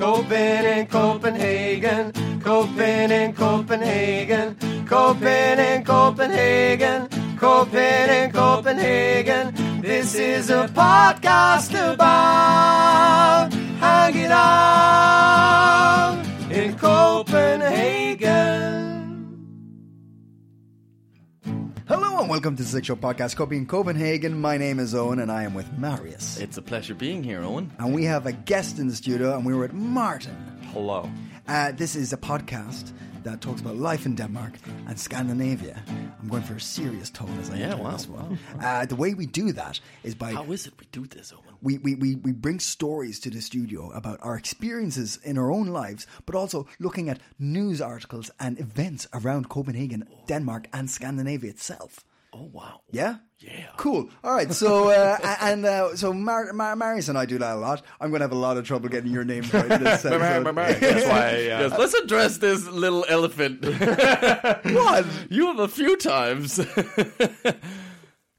Coping in Copenhagen, coping in Copenhagen, coping in Copenhagen, coping in Copenhagen. This is a podcast about hanging out in Copenhagen. Hello and welcome to the Six Show Podcast, Copy in Copenhagen. My name is Owen and I am with Marius. It's a pleasure being here, Owen. And we have a guest in the studio and we were at Martin. Hello. Uh, this is a podcast that talks about life in Denmark and Scandinavia. I'm going for a serious tone as I Yeah, enter wow. this one. Uh, the way we do that is by How is it we do this, Owen? we, we, we, we bring stories to the studio about our experiences in our own lives, but also looking at news articles and events around Copenhagen, Denmark, and Scandinavia itself. Oh wow. Yeah. Yeah. Cool. All right. So uh, a- and uh, so Mar- Mar- Marius and I do that a lot. I'm going to have a lot of trouble getting your names right. in This episode. That's why. Uh, Yes, let's address this little elephant. what? you have a few times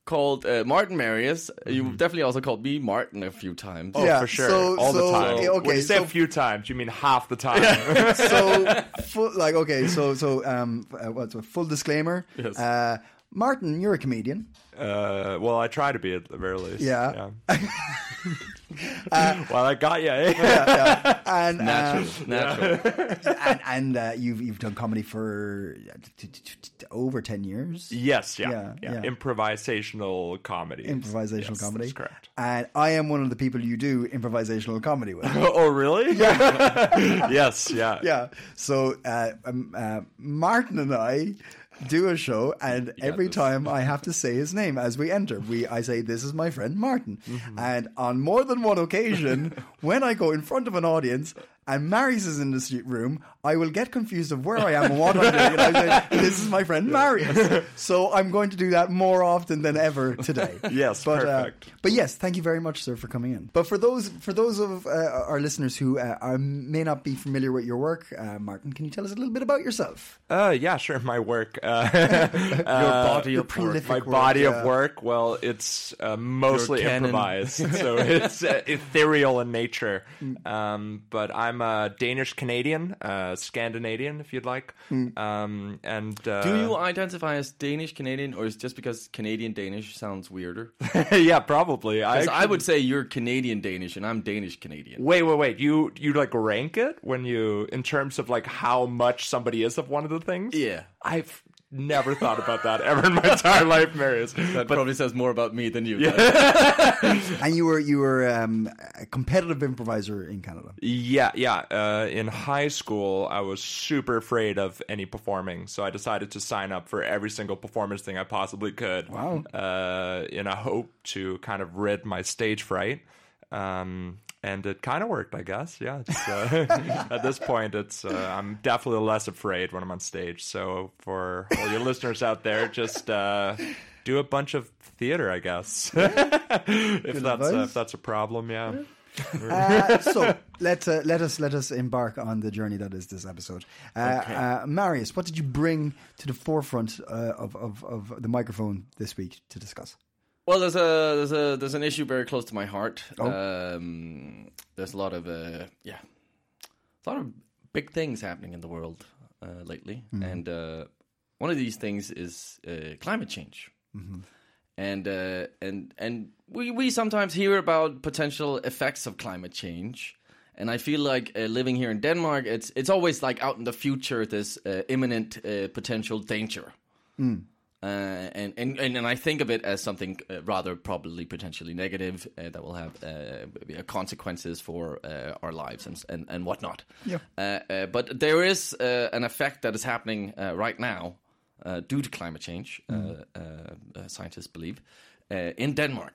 called uh, Martin Marius. You've definitely also called me Martin a few times. Mm-hmm. oh, Yeah, for sure. so- All so, the time. okay, okay, when you say so- a few times, you mean half the time. So full, like okay. So so um uh, what's a full disclaimer? Yes. Uh, Martin, you're a comedian. uh, well, I try to be at the very least. Yeah. well, I got you. Eh? And uh, Natural, natural. and, and uh, you've you've done comedy for uh, t- t- t- t- over ten years. yes. Yeah. Yeah, Yeah. yeah. Improvisational comedy. Improvisational Yes, comedy. That's correct. And I am one of the people you do improvisational comedy with. Oh, oh, really? Yeah. yes. Yeah. yeah. So uh, um, uh, Martin and I do a show, and every this. time I have to say his name as we enter, we I say, "This is my friend Martin," and on more than one occasion, when I go in front of an audience. And Marius is in this room. I will get confused of where I am and what I'm doing. And I say, "This is my friend Marius." So I'm going to do that more often than ever today. Yes, uh, perfect. but yes, thank you very much, sir, for coming in. But for those for those of uh, our listeners who uh, are, may not be familiar with your work, uh, Martin, can you tell us a little bit about yourself? Uh, yeah, sure. My work. Uh, your body your of work. prolific my work, body yeah. of work. Well, it's uh, mostly Your canon. improvised, so it's uh, ethereal in nature. Um, but I'm a Danish Canadian, uh, Scandinavian, if you'd like. Um, and uh, Hmm. Do you identify as Danish Canadian, or is it just because Canadian Danish sounds weirder? yeah, probably. I, Because I actually- would say you're Canadian Danish, and I'm Danish Canadian. Wait, wait, wait. You you like rank it when you in terms of like how much somebody is of one of the things? Yeah. I've never thought about that ever in my entire life, Marius. That probably says more about me than you. does. And you were you were um, a competitive improviser in Canada. Yeah, yeah. Uh, in high school, I was super afraid of any performing, so I decided to sign up for every single performance thing I possibly could. Wow. Uh, in a hope to kind of rid my stage fright. Um, and it kind of worked, I guess. Yeah. It's, uh, at this point, it's uh, I'm definitely less afraid when I'm on stage. So for all your listeners out there, just uh, do a bunch of theater, I guess. if that's uh, advice. if that's a problem, yeah. Uh, so let uh, let us let us embark on the journey that is this episode. Uh, uh, Marius, what did you bring to the forefront uh, of, of of the microphone this week to discuss? Well, there's a there's a there's an issue very close to my heart. Um, there's a lot of uh, yeah, a lot of big things happening in the world uh, lately, and uh, one of these things is uh, climate change. And uh, and and we we sometimes hear about potential effects of climate change, and I feel like uh, living here in Denmark, it's it's always like out in the future, this uh, imminent uh, potential danger uh, and, and and and I think of it as something uh, rather probably potentially negative uh, that will have uh, consequences for uh, our lives and and, and whatnot. Yeah. Uh, uh, but there is uh, an effect that is happening uh, right now uh, due to climate change. Uh, uh, uh, scientists believe uh, in Denmark.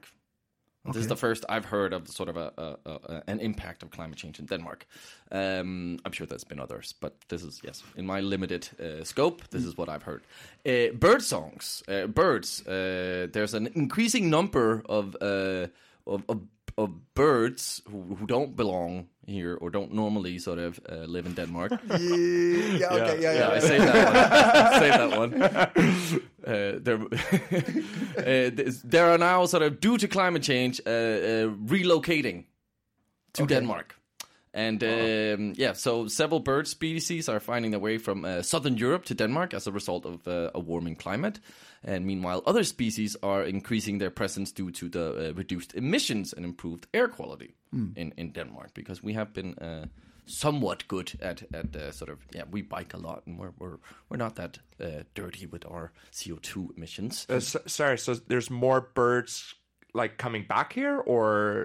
This is the first I've heard of sort of a, a, a an impact of climate change in Denmark. Um, I'm sure there's been others, but this is yes, in my limited uh, scope, this is what I've heard. Uh, bird songs, uh, birds. Uh, there's an increasing number of uh, of, of of birds who, who don't belong here or don't normally sort of uh, live in Denmark. yeah, okay, yeah, yeah. Yeah, I saved that one. saved that one. Uh, there, uh, th- there are now sort of due to climate change uh, uh, relocating to Denmark, and um, yeah, so several bird species are finding their way from uh, southern Europe to Denmark as a result of uh, a warming climate, and meanwhile, other species are increasing their presence due to the uh, reduced emissions and improved air quality Hmm. in in Denmark because we have been. Uh, somewhat good at at uh, sort of yeah we bike a lot and we're we're we're not that uh, dirty with our CO two emissions. Uh, s sorry, so there's more birds like coming back here, or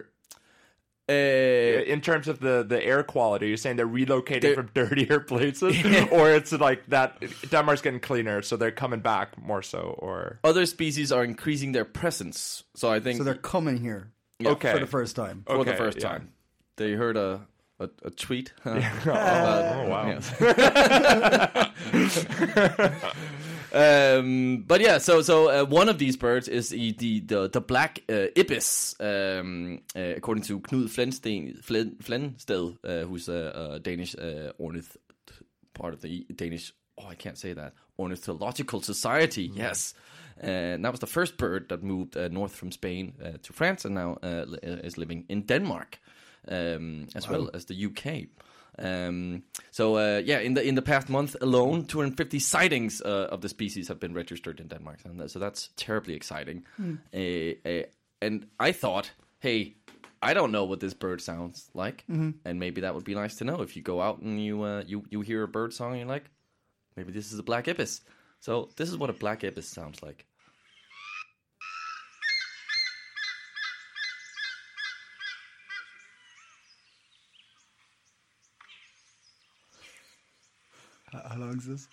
Uh, in terms of the the air quality, you're saying they're relocating They're- from dirtier places, or it's like that Denmark's getting cleaner, so they're coming back more so, or other species are increasing their presence, so I think So they're coming here okay, for the first time. for the okay, first yeah. time they heard a a, a tweet. huh? oh wow, um, but yeah, so so uh, one of these birds is the the the, the black uh, ibis, um, uh, according to Knud Flensten, Flen, Flensted, uh, who's a, a Danish uh, ornith part of the Danish. Oh, I can't say that ornithological society. Yes. And that was the first bird that moved uh, north from Spain uh, to France, and now uh, li- uh, is living in Denmark, um, as well as the UK. Um, so uh, yeah, in the in the past month alone, 250 sightings uh, of the species have been registered in Denmark, and that, so that's terribly exciting. Uh, uh, and I thought, hey, I don't know what this bird sounds like, and maybe that would be nice to know if you go out and you uh, you you hear a bird song and you're like, maybe this is a black ibis. So this is what a black ibis sounds like. How- How long is this?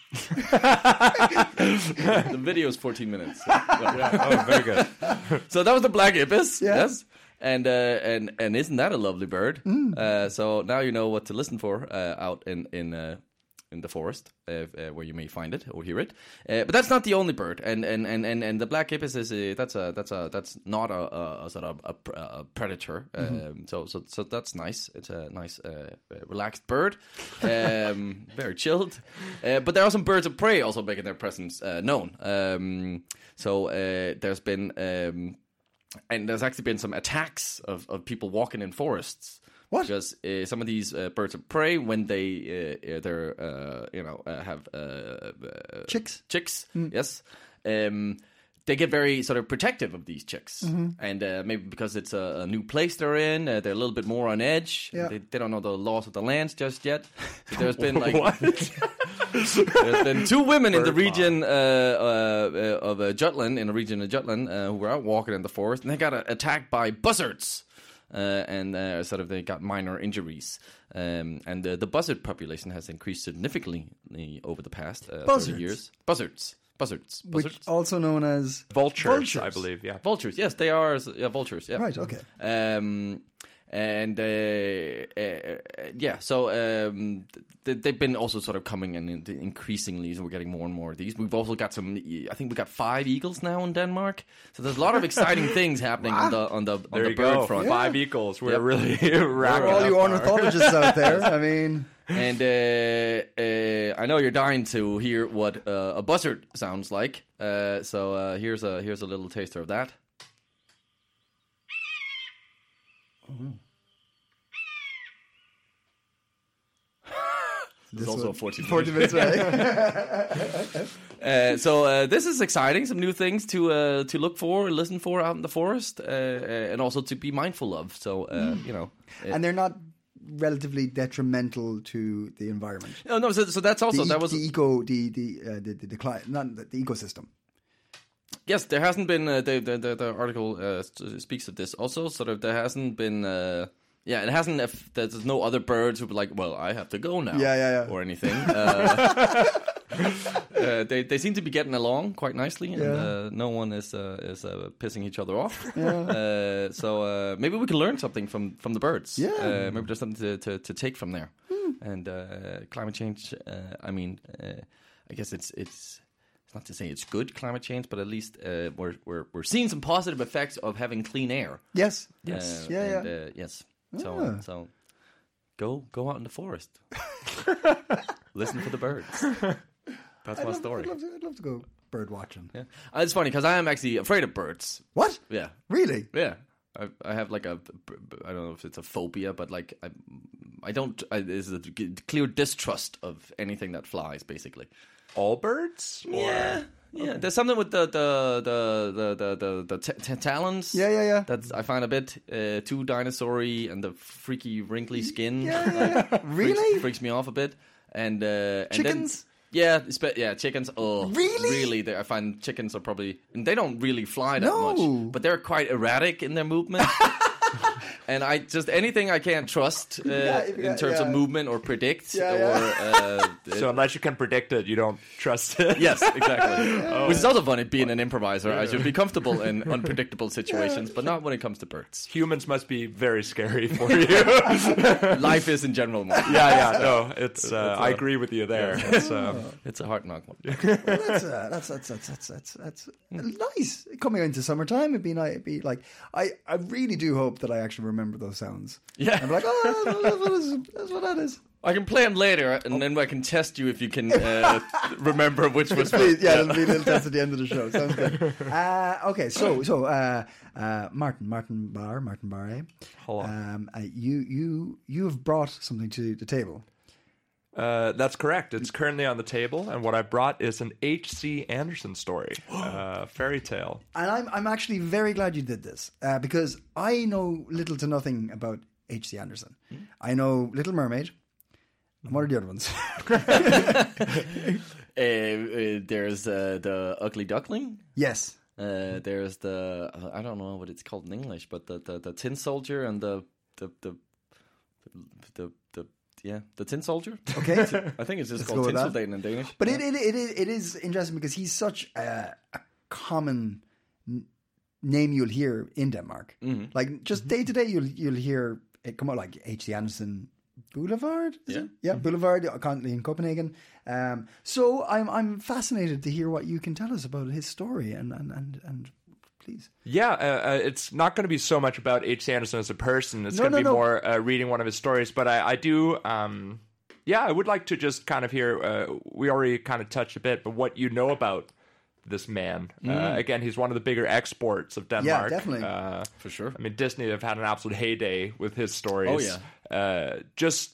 the video is 14 minutes. oh very good. So that was the black ibis. Yeah. Yes. And uh, and and isn't that a lovely bird? Uh, so now you know what to listen for uh, out in in uh, in the forest uh, uh, where you may find it or hear it. Uh, but that's not the only bird. And and and and, and the black ibis is a, that's a that's a that's not a, a, a sort of a, pr- a predator. Um, so so so that's nice. It's a nice uh, uh, relaxed bird, um, very chilled. Uh, but there are some birds of prey also making their presence uh, known. Um, so uh, there's been. Um, and there's actually been some attacks of, of people walking in forests. What? Because uh, some of these uh, birds of prey, when they uh, uh, they're uh, you know uh, have uh, uh, Chicks? Mm. chicks, yes, um, they get very sort of protective of these chicks, Mm-hmm. and uh, maybe because it's a, a new place they're in, uh, they're a little bit more on edge. Yeah. They, they don't know the laws of the lands just yet. So there's been like there's been two women in the region uh, uh, uh, of uh, Jutland, in the region of Jutland, uh, who were out walking in the forest, and they got uh, attacked by buzzards. Uh, and uh, sort of they got minor injuries. Um, and uh, the buzzard population has increased significantly over the past uh, 30 Buzzards? years. Buzzards. Buzzards. Buzzards. Which also known as Vultures, I Vultures. believe, yeah. vultures, yes, they are yeah, vultures. Yeah. right. Okay. Um, and uh, uh, yeah, so um, th- they've been also sort of coming in in- increasingly, so we're getting more and more of these. We've also got some. I think we got five eagles now in Denmark. So there's a lot of exciting things happening on the on the on There the you bird go. front. Five equals. We're Yep. really For racking all up you our- ornithologists out there, I mean, And uh, uh, I know you're dying to hear what uh, a buzzard sounds like. Uh, so uh, here's a here's a little taster of that. this also one- 40 40 minutes, right? Uh, so uh, this is exciting. Some new things to uh, to look for, and listen for out in the forest, uh, uh, and also to be mindful of. So uh, you know, uh, Mm. and they're not relatively detrimental to the environment. oh, no. So, so that's The, also e- that was the eco, the the uh, the, the decline, not the, the ecosystem. yes. There hasn't been uh, the, the the the article uh, s- speaks of this also. Sort of there hasn't been. Uh, yeah, it hasn't. If there's no other birds who be like, well, I have to go now, Yeah, yeah, yeah. or anything. Uh, uh, they they seem to be getting along quite nicely, and uh, no one is uh, is uh, pissing each other off. Uh, so uh, maybe we can learn something from from the birds. Yeah. Hmm. Uh, maybe there's something to to, to take from there. And uh, climate change. Uh, I mean, uh, I guess it's it's. It's not to say it's good climate change, but at least uh, we're, we're we're seeing some positive effects of having clean air. Yes. Yes. Yeah, and, yeah. Ah. Uh, yes. So so go go out in the forest. Listen for the birds. That's my uh, story. I'd love, to, I'd love to go bird watching. Yeah. Uh, it's funny because I am actually afraid of birds. What? Yeah. Really? Yeah. I, I have like a b- b- I don't know if it's a phobia, but like I I don't I, there's a g- clear distrust of anything that flies basically. All birds? Yeah. Yeah, there's something with the the the the the, the, the t- t- talons. Yeah, yeah, yeah. That's I find a bit uh, too dinosaur-y and the freaky wrinkly skin. Yeah, yeah, yeah. freaks, really? freaks me off a bit. And, uh, and then- Chickens? yeah, spe- yeah, chickens. Oh, Really? Really? They, I find chickens are probably and they don't really fly that No. much, but they're quite erratic in their movement. and I just anything I can't trust uh, yeah, in terms of yeah. movement or predict Yeah, or Uh, So unless you can predict it, you don't trust it. Yes, exactly. Which is also funny being an improviser. I should be comfortable in unpredictable situations, but not when it comes to birds. Humans must be very scary for you. yeah, Life is in general more. yeah, no, it's. Uh, I agree with you there. It's, um, It's a hard knock one. that's, uh, that's that's that's that's that's that's Hmm. nice. Coming into summertime, it'd be nice. It'd be like I, I really do hope that I actually remember those sounds. Yeah. I'm like, oh, that's, what that is. that's what that is. I can play them later, uh, and then I can test you if you can uh, remember which was Please, yeah, it'll be a little test at the end of the show. Sounds good. Uh, okay, so so uh, uh, Martin, Martin Barr, Martin Barr, eh? Hello. Um, uh, you you you have brought something to the table. Uh, that's correct. It's currently on the table, and what I brought is an H.C. Anderson story, uh, fairy tale. And I'm, I'm actually very glad you did this uh, because I know little to nothing about H.C. Anderson. I know Little Mermaid. And what are the other ones? Uh, uh, there's uh, the ugly duckling. yes. Uh, there's the uh, I don't know what it's called in English, but the the, the tin soldier and the the the the, the yeah the tin soldier. Okay. I think it's just go with called tin that. soldier in Danish. but yeah. it, it, it, is, it is interesting because he's such a, a common n- name you'll hear in Denmark. Mm-hmm. Like just day to day, you'll you'll hear it come out like H.C. Anderson Boulevard. Is Yeah. it? yeah, Mm-hmm. Boulevard, uh, currently in Copenhagen. Um, so I'm I'm fascinated to hear what you can tell us about his story and and and, and please. Yeah, uh, uh, it's not going to be so much about H.C. Anderson as a person. It's No, going no, to be no. more uh, reading one of his stories. But I, I do, um, yeah, I would like to just kind of hear. Uh, we already kind of touched a bit, but what you know about this man? Uh, again, he's one of the bigger exports of Denmark. Mm. definitely. Uh, for sure. I mean, Disney have had an absolute heyday with his stories. Oh, yeah. Uh, just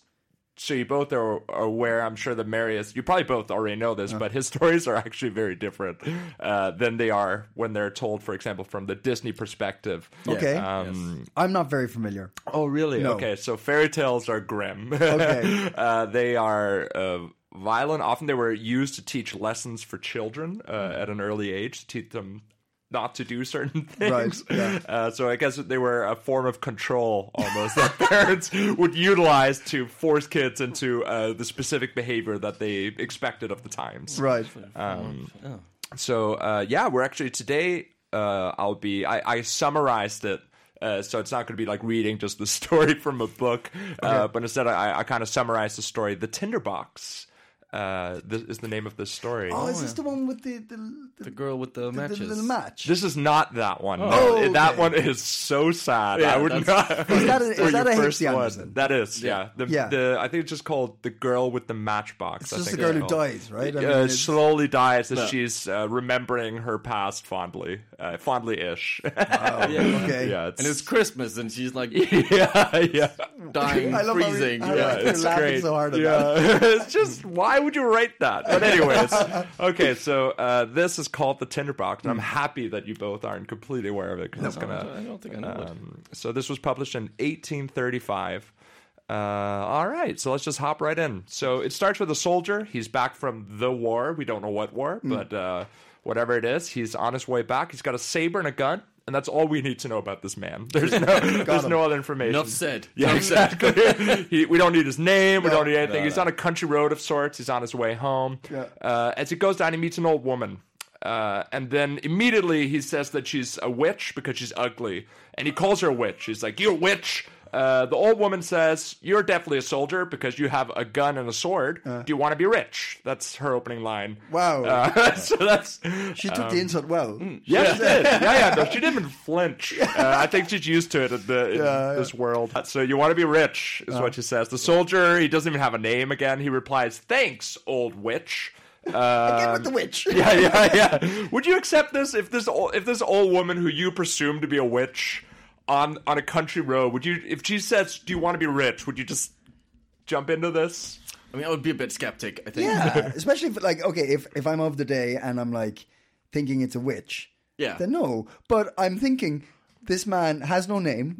so you both are aware, I'm sure that Marius, you probably both already know this, but his stories are actually very different uh, than they are when they're told, for example, from the Disney perspective. Okay. Um, I'm not very familiar. Oh, really? No. Okay, so fairy tales are grim. Okay. uh, they are uh, violent. Often they were used to teach lessons for children uh, Hmm. at an early age, to teach them not to do certain Right, things. Uh, so I guess they were a form of control almost that parents would utilize to force kids into uh, the specific behavior that they expected of the times. Right. Um, So uh, yeah, we're actually today. Uh, I'll be. I, I summarized it. Uh, so it's not going to be like reading just the story from a book, uh, but instead I, I kind of summarized the story. The Tinderbox uh, this is the name of this story. Oh, is this the one with the the, the, The girl with the, the, matches. little match? This is not that one. No, Oh, It- that okay. one is so sad. Yeah, I would that's- not. Is that a- is for that your a first H.C. one. Anderson? That is, yeah. The, Yeah. the- I think it's just called the girl with the matchbox. it's I just the think girl it's who called. dies, right? I mean, uh, it's- slowly dies as No. she's uh, remembering her past fondly, uh, fondly-ish. yeah. okay. yeah, it's, And it's Christmas, and she's like yeah, yeah, dying, I love how we- freezing. I love yeah. You're It's laughing great. so hard at yeah, it's just why would you write that? But anyways, okay, so uh, this is called the Tinderbox, and I'm happy that you both aren't completely aware of it because it's gonna. Hmm. I don't think I know it. Um, so this was published in 1835. Uh, all right, so let's just hop right in. So it starts with a soldier. He's back from the Hmm. war. We don't know what war, but uh, whatever it is, he's on his way back. He's got a saber and a gun, and that's all we need to know about this man. There's no, there's him. no other information. Enough said. Yeah, exactly. he, we don't need his name. We No. don't need anything. He's on a country road of sorts. He's on his way home. Yeah. Uh, as he goes down, he meets an old woman. Uh, and then immediately he says that she's a witch because she's ugly. And he calls her a witch. He's like, You're a witch. Uh, the old woman says, You're definitely a soldier because you have a gun and a sword. Do you want to be rich? That's her opening line. Uh. Wow. Uh, so that's. She took the insult well. Yeah, she did. Yeah, yeah. No, she didn't even flinch. Uh, I think she's used to it in, the, in this world. Uh, So you want to be rich, is what she says. The soldier, he doesn't even have a name again. He replies, "Thanks, old witch." Get Uh, with the witch. yeah, yeah, yeah. Would you accept this if this ol- if this old woman who you presume to be a witch on on a country road? Would you if she says, "Do you want to be rich?" Would you just jump into this? I mean, I would be a bit skeptic. I think. Yeah, especially if like okay, if if I'm of the day and I'm like thinking it's a witch, Yeah. then no. But I'm thinking this man has no name.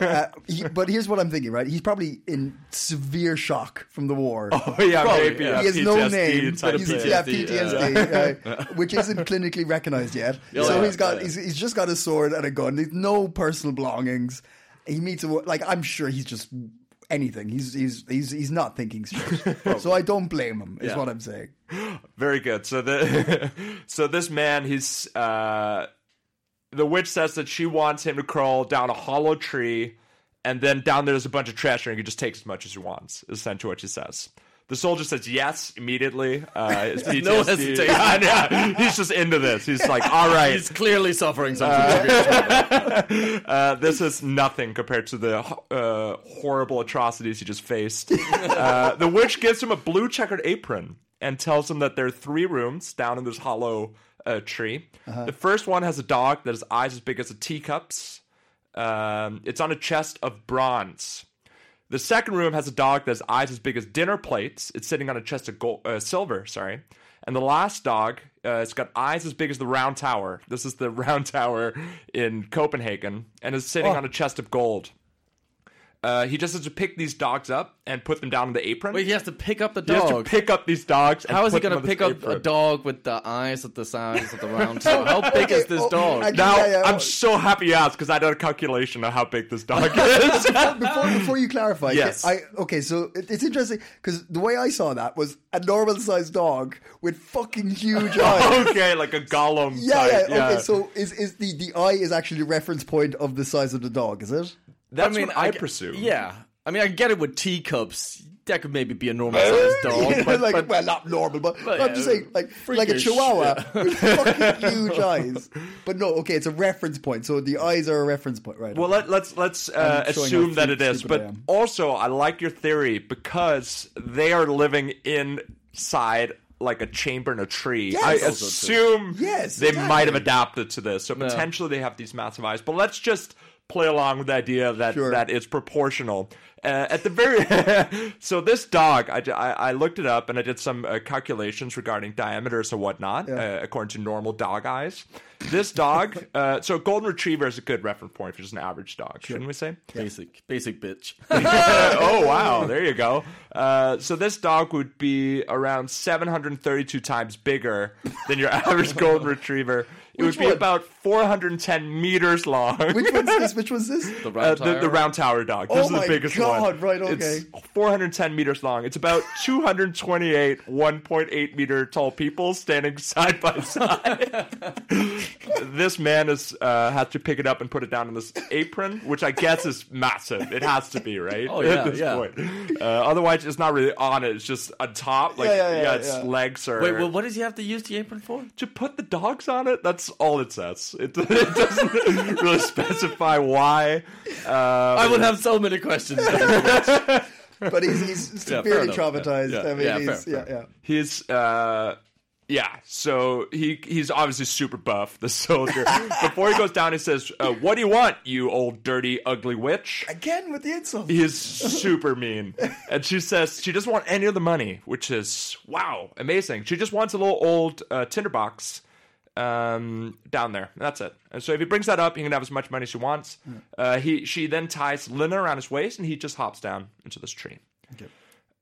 uh, he- but here's what I'm thinking, right? He's probably in severe shock from the war. Oh yeah, Probably, maybe. yeah. yeah, he has no PTSD name. type he's, thing. Yeah, PTSD, PTSD, right, which isn't clinically recognized yet. so yeah, he's got yeah. he's, he's just got a sword and a gun. He's no personal belongings. He meets a, wo- like I'm sure he's just anything. He's he's he's he's not thinking straight. so I don't blame him. Is Yeah. what I'm saying. Very good. So the so this man, he's uh, the witch says that she wants him to crawl down a hollow tree, and then down there's a bunch of trash, and he can just take as much as he wants. Is essentially what she says. The soldier says yes immediately. Uh, his PTSD. No hesitation. Yeah, yeah. He's just into this. He's like, all right. He's clearly suffering something. Uh, this is nothing compared to the uh, horrible atrocities he just faced. uh, the witch gives him a blue checkered apron and tells him that there are three rooms down in this hollow uh, tree. The first one has a dog that has eyes as big as a teacup's. Um, it's on a chest of bronze. The second room has a dog that has eyes as big as dinner plates. It's sitting on a chest of gold, uh, silver, sorry. And the last dog, uh, it's got eyes as big as the round tower. This is the round tower in Copenhagen, and is sitting Oh. on a chest of gold. Uh, he just has to pick these dogs up and put them down in the apron. Wait, he has to pick up the He has to dog. pick up these dogs. And How is he put going them on to this pick up a apron. dog with the eyes at the size of the round toe? How big is this oh, I dog? can- Now Yeah, yeah, oh. I'm so happy you asked because I did a calculation of how big this dog is. before before you clarify, Yes. I okay. So it, it's interesting because the way I saw that was a normal sized dog with fucking huge eyes. okay, like a golem. Yeah, type, yeah, Okay, so is is the the eye is actually a reference point of the size of the dog? Is it? That's what I, g- presume. Yeah. I mean, I get it with teacups. That could maybe be a normal sized dog. Yeah, but, like, but- well, not normal, but, but I'm yeah, just saying, like, like a freakish, chihuahua with fucking huge eyes. But no, okay, it's a reference point. So the eyes are a reference point, right? Well, let, let's let's uh, I'm showing assume how that it stu- is, stupid but I am. also I like your theory because they are living inside like a chamber in a tree. I Yes. Also assume Yes, they exactly. might have adapted to this, so potentially they have these massive eyes. But let's just play along with the idea that Sure. that it's proportional. Uh, at the very so this dog, I, d- I- I looked it up and I did some uh, calculations regarding diameters and whatnot uh, according to normal dog eyes. This dog, uh, so golden retriever is a good reference point for just an average dog, shouldn't we say? basic, basic bitch. oh wow, there you go. Uh, so this dog would be around 732 times bigger than your average golden retriever. It would be one? about 410 meters long. which one's this? Which one's this? The Uh, round the, the round tower dog. This Oh is the my biggest God, one. right, okay. It's 410 meters long. It's about 228 1.8 meter tall people standing side by side. this man is uh, has to pick it up and put it down in this apron, which I guess is massive. It has to be right Oh, at yeah, this yeah. point. Uh, otherwise, it's not really on it. It's just on top. Like Yeah, yeah, yeah, its yeah. legs are Wait, well, what does he have to use the apron for? to put the dogs on it. That's all it says. It, it doesn't really specify why. Uh, I would have so many questions. But he's, he's Yeah, fair severely enough. traumatized. Yeah, I mean, yeah, he's, fair, yeah, fair. yeah. He's uh yeah, so he he's obviously super buff, the soldier. Before he goes down, he says, uh, "What do you want, you old dirty ugly witch?" Again with the insult. He is super mean, and she says she doesn't want any of the money, which is wow, amazing. She just wants a little old uh, tinderbox um, down there. That's it. And so if he brings that up, he can have as much money as he wants. Uh, he she then ties linen around his waist, and he just hops down into this tree.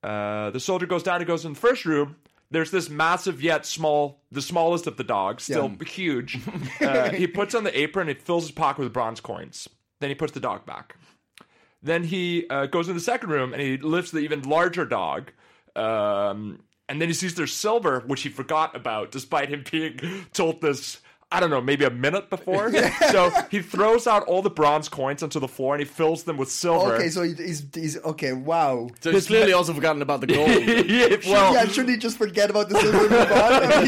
Uh, the soldier goes down. He goes in the first room. There's this massive yet small, the smallest of the dogs, still huge. Uh, he puts on the apron. It fills his pocket with bronze coins. Then he puts the dog back. Then he uh, goes in the second room and he lifts the even larger dog. Um, and then he sees there's silver, which he forgot about, despite him being told this, I don't know, maybe a minute before. so he throws out all the bronze coins onto the floor and he fills them with silver. Okay, so he- he's, he's okay. Wow. So he's clearly also forgotten about the gold. Yeah, well, yeah, shouldn't he just forget about the silver and move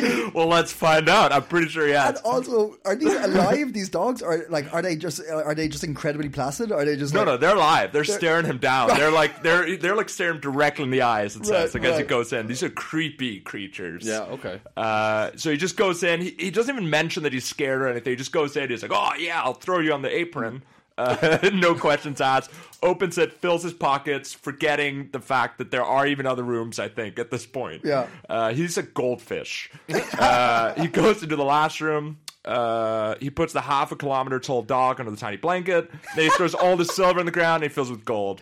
on? I mean, well, let's find out. I'm pretty sure he And has. also, are these alive? These dogs are like, are they just are they just incredibly placid? Are they just No, like, no, they're alive. They're, staring him down. They're like they're they're like staring him directly in the eyes. It says Right, like as he right. goes in. These are creepy creatures. yeah, okay. Uh, so he just goes in. He, he doesn't even mention that he's scared or anything. He just goes in. He's like, "Oh yeah, I'll throw you on the apron." Uh, no questions asked. Opens it, fills his pockets, forgetting the fact that there are even other rooms. I think at this point, Yeah. uh, he's a goldfish. uh, he goes into the last room. Uh, he puts the half a kilometer tall dog under the tiny blanket. Then he throws all the silver in the ground and he fills it with gold.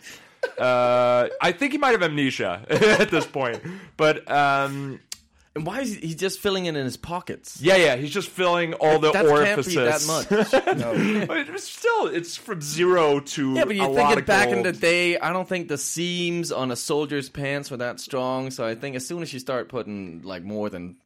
Uh, I think he might have amnesia at this point, but um, And why is he he's just filling it in his pockets? yeah, yeah, he's just filling all the that can't orifices. be that much. but it's still, it's from zero to Yeah, but a you lot think of it back in gold. the day. I don't think the seams on a soldier's pants were that strong. So I think as soon as you start putting like more than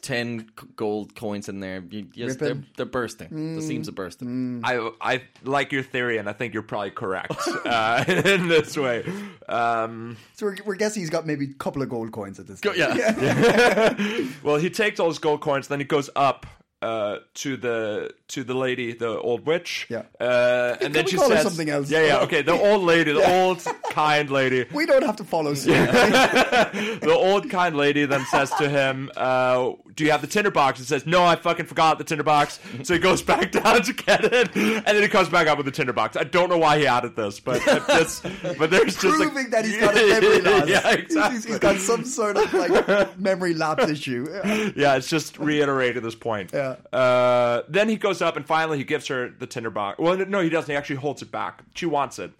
ten c- gold coins in there, you, yes, they're, Ripping. they're bursting. The seams are bursting. I, I like your theory, and I think you're probably correct uh, in this way. Um, So we're, we're guessing he's got maybe a couple of gold coins at this. Go, yeah. well, he takes all his gold coins, then he goes up uh, to the to the lady, the old witch. Yeah. uh, and then we she call her says something else? Yeah, yeah, okay, the old lady, the old kind lady. We don't have to follow suit. the old kind lady then says to him, uh, "Do you have the tinderbox?" And says, "No, I fucking forgot the tinderbox." So he goes back down to get it, and then he comes back up with the tinderbox. I don't know why he added this, but if this, but there's just like- Proving that he's got a memory loss. Yeah, He's- exactly. he's got some sort of like memory lapse issue. yeah, it's just reiterated this point. Yeah. Uh, then he goes up and finally he gives her the tinderbox. Well, no, he doesn't. He actually holds it back. She wants it,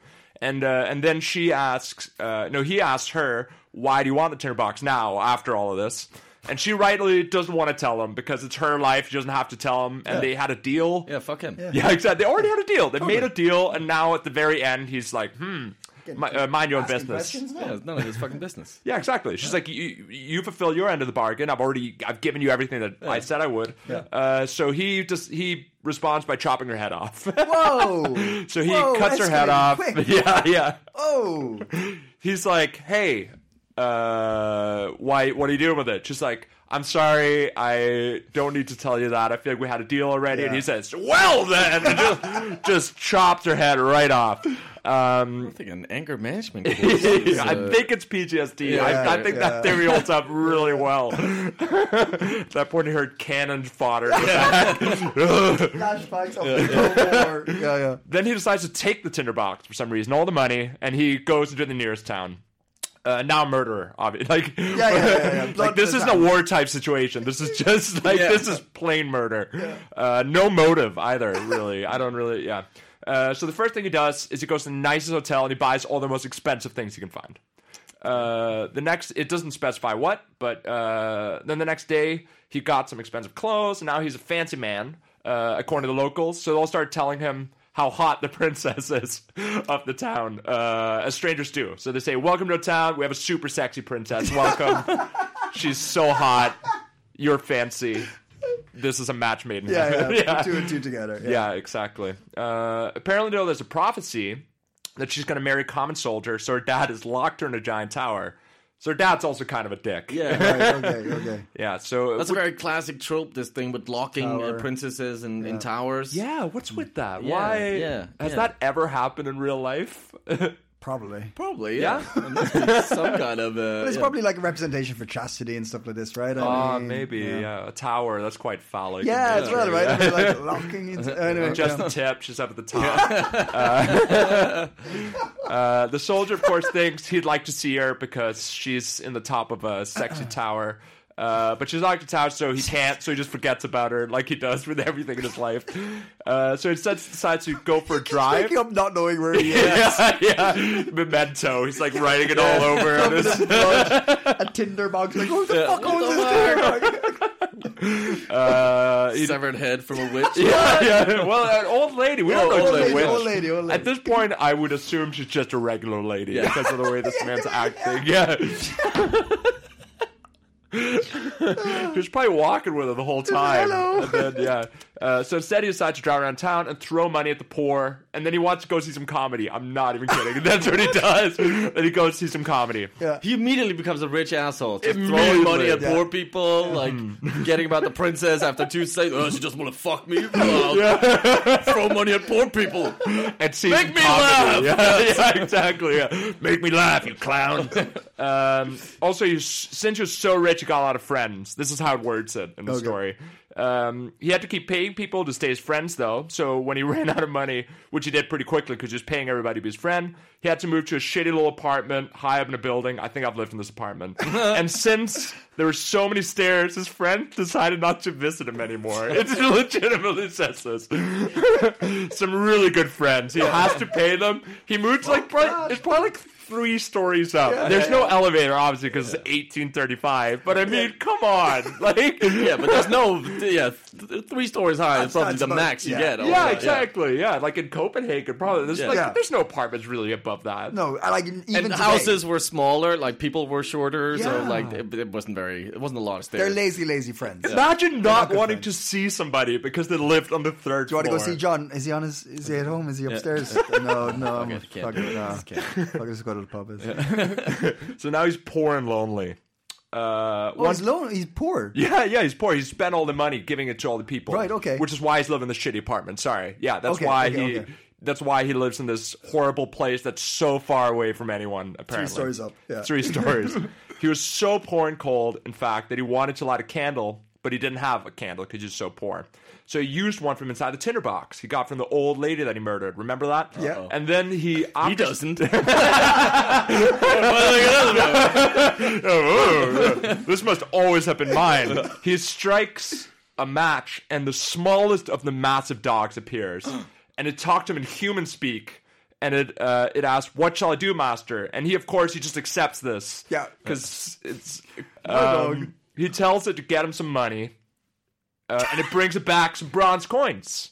and uh, and then she asks. Uh, no, he asks her, "Why do you want the tinderbox now? After all of this." And she rightly doesn't want to tell him because it's her life. She doesn't have to tell him. And they had a deal. Yeah, fuck him. Yeah, exactly. They already had a deal. They made a deal, and now at the very end, he's like, "Hmm, mi- uh, mind your own business." Questions now? Yeah, it's none of his fucking business. Yeah, exactly. She's like, you, you fulfill your end of the bargain. I've already, I've given you everything that I said I would. Uh, so he just he responds by chopping her head off. Whoa! so he Whoa, cuts her head escalating off. quick. Yeah, yeah. Oh, He's like, hey, uh, why? What are you doing with it? She's like, I'm sorry, I don't need to tell you that. I feel like we had a deal already. And Yeah. he says, well then, and just just chopped her head right off. Um, I think an anger management. course is, I uh, think it's PTSD. Yeah, I, I think that theory holds up really well. At that point, he heard cannon fodder. flashbacks of the Cold War. Yeah, yeah. then he decides to take the tinderbox for some reason, all the money, and he goes into the nearest town. Uh, now murderer, obviously. Like, yeah, yeah, yeah. like Blood this to the isn't a war type situation. This is just like Yeah. this is plain murder. Uh, no motive either, really. I don't really. Yeah. Uh, so the first thing he does is he goes to the nicest hotel and he buys all the most expensive things he can find. Uh, the next, it doesn't specify what, but uh, then the next day he got some expensive clothes, and now he's a fancy man, uh, according to the locals. So they'll start telling him how hot the princess is of the town, uh, as strangers do. So they say, "Welcome to a town. We have a super sexy princess. Welcome. She's so hot. You're fancy. This is a match made in Yeah, heaven." yeah. Put Two and two together. Yeah. Yeah, exactly. Uh, apparently, though, there's a prophecy that she's going to marry a common soldier, so her dad has locked her in a giant tower. So her dad's also kind of a dick. yeah. Right, okay, okay. yeah. So That's a very classic trope. This thing with locking uh, Tower. princesses in, in towers. yeah, what's with that? Yeah, Why yeah, has yeah. that ever happened in real life? Probably. probably. Yeah, It must be some kind of. Uh, But it's yeah. probably like a representation for chastity and stuff like this, right? Ah, I mean, maybe. Yeah. a tower. That's quite phallic. Yeah, It's as well, right? I mean, like locking into. Anyway, Just the yeah. tip, she's up at the top. Uh, uh, the Uh-uh. soldier, of course, thinks he'd like to see her because she's in the top of a sexy tower. Uh, Uh, but she's not attached, so he can't. So he just forgets about her, like he does with everything in his life. Uh, so instead, decides to go for a drive. Waking up not knowing where he is. Yeah, yeah. Memento. He's like writing it all over. on his- a Tinder box. Like, who the fuck owns this car? uh, he- Severed head from a witch. yeah, yeah. Well, an old lady. We don't know old if she's lady, a witch. old lady, old lady. At this point, I would assume she's just a regular lady because of the way this man's acting. Yeah. she was probably walking with her the whole time. Hello. And then, yeah. Uh, so instead, he decides to drive around town and throw money at the poor. And then he wants to go see some comedy. I'm not even kidding. And that's what he does. Then he goes see some comedy. He immediately becomes a rich asshole. Just throwing money at Yeah. poor people, like forgetting about the princess after two seconds. Oh, she just want to fuck me. Well, Throw money at poor people. and see Make some me comedy. laugh! Yeah, yeah, exactly. yeah. Make me laugh, you clown. um, also, you, since you're so rich, you got a lot of friends. This is how it words it in the story. Um, he had to keep paying people to stay his friends, though. So when he ran out of money, which he did pretty quickly because he was paying everybody to be his friend, he had to move to a shitty little apartment high up in a building. I think I've lived in this apartment. and since there were so many stairs, his friend decided not to visit him anymore. It legitimately says this some really good friends. He has to pay them. He moves like Oh, probably, it's probably like three stories up. There's no elevator, obviously, because it's 1835. But I mean, come on, like Yeah, but there's no yeah th- three stories high. It's probably that's the about- max you yeah. get. yeah, exactly, yeah. Like in Copenhagen, probably there's Yeah. like Yeah. there's no apartments really above that. No, I like even And today, houses were smaller, like people were shorter, so Yeah. like it, it wasn't very, it wasn't a lot of They're stairs. lazy, lazy friends. Imagine not good wanting to friends. see somebody because they lived on the third Do you want to floor. go see John? Is he on his? Is he at home? Is he upstairs? No, no. I'm Okay, can't fuck do it, it. no. Just can't. Fuck it, just go to the pub. is it? So now he's poor and lonely. Uh, Oh, he's lonely. He's poor. Yeah, yeah, he's poor. He spent all the money giving it to all the people. Right, okay. Which is why he's living in the shitty apartment. Sorry. Yeah, that's Okay, why okay, he okay. that's why he lives in this horrible place that's so far away from anyone, apparently. stories up, yeah. Three stories. he was so poor and cold, in fact, that he wanted to light a candle, but he didn't have a candle because he was so poor. So he used one from inside the tinderbox he got from the old lady that he murdered. Remember that? Yeah. Uh-oh. And then he He opted- doesn't. this must always have been mine. He strikes a match, and the smallest of the massive dogs appears, and it talked to him in human speak, and it uh, it asks, "What shall I do, master?" And he, of course, he just accepts this. Yeah. because it's. dog. Um, he tells it to get him some money, uh, and it brings it back some bronze coins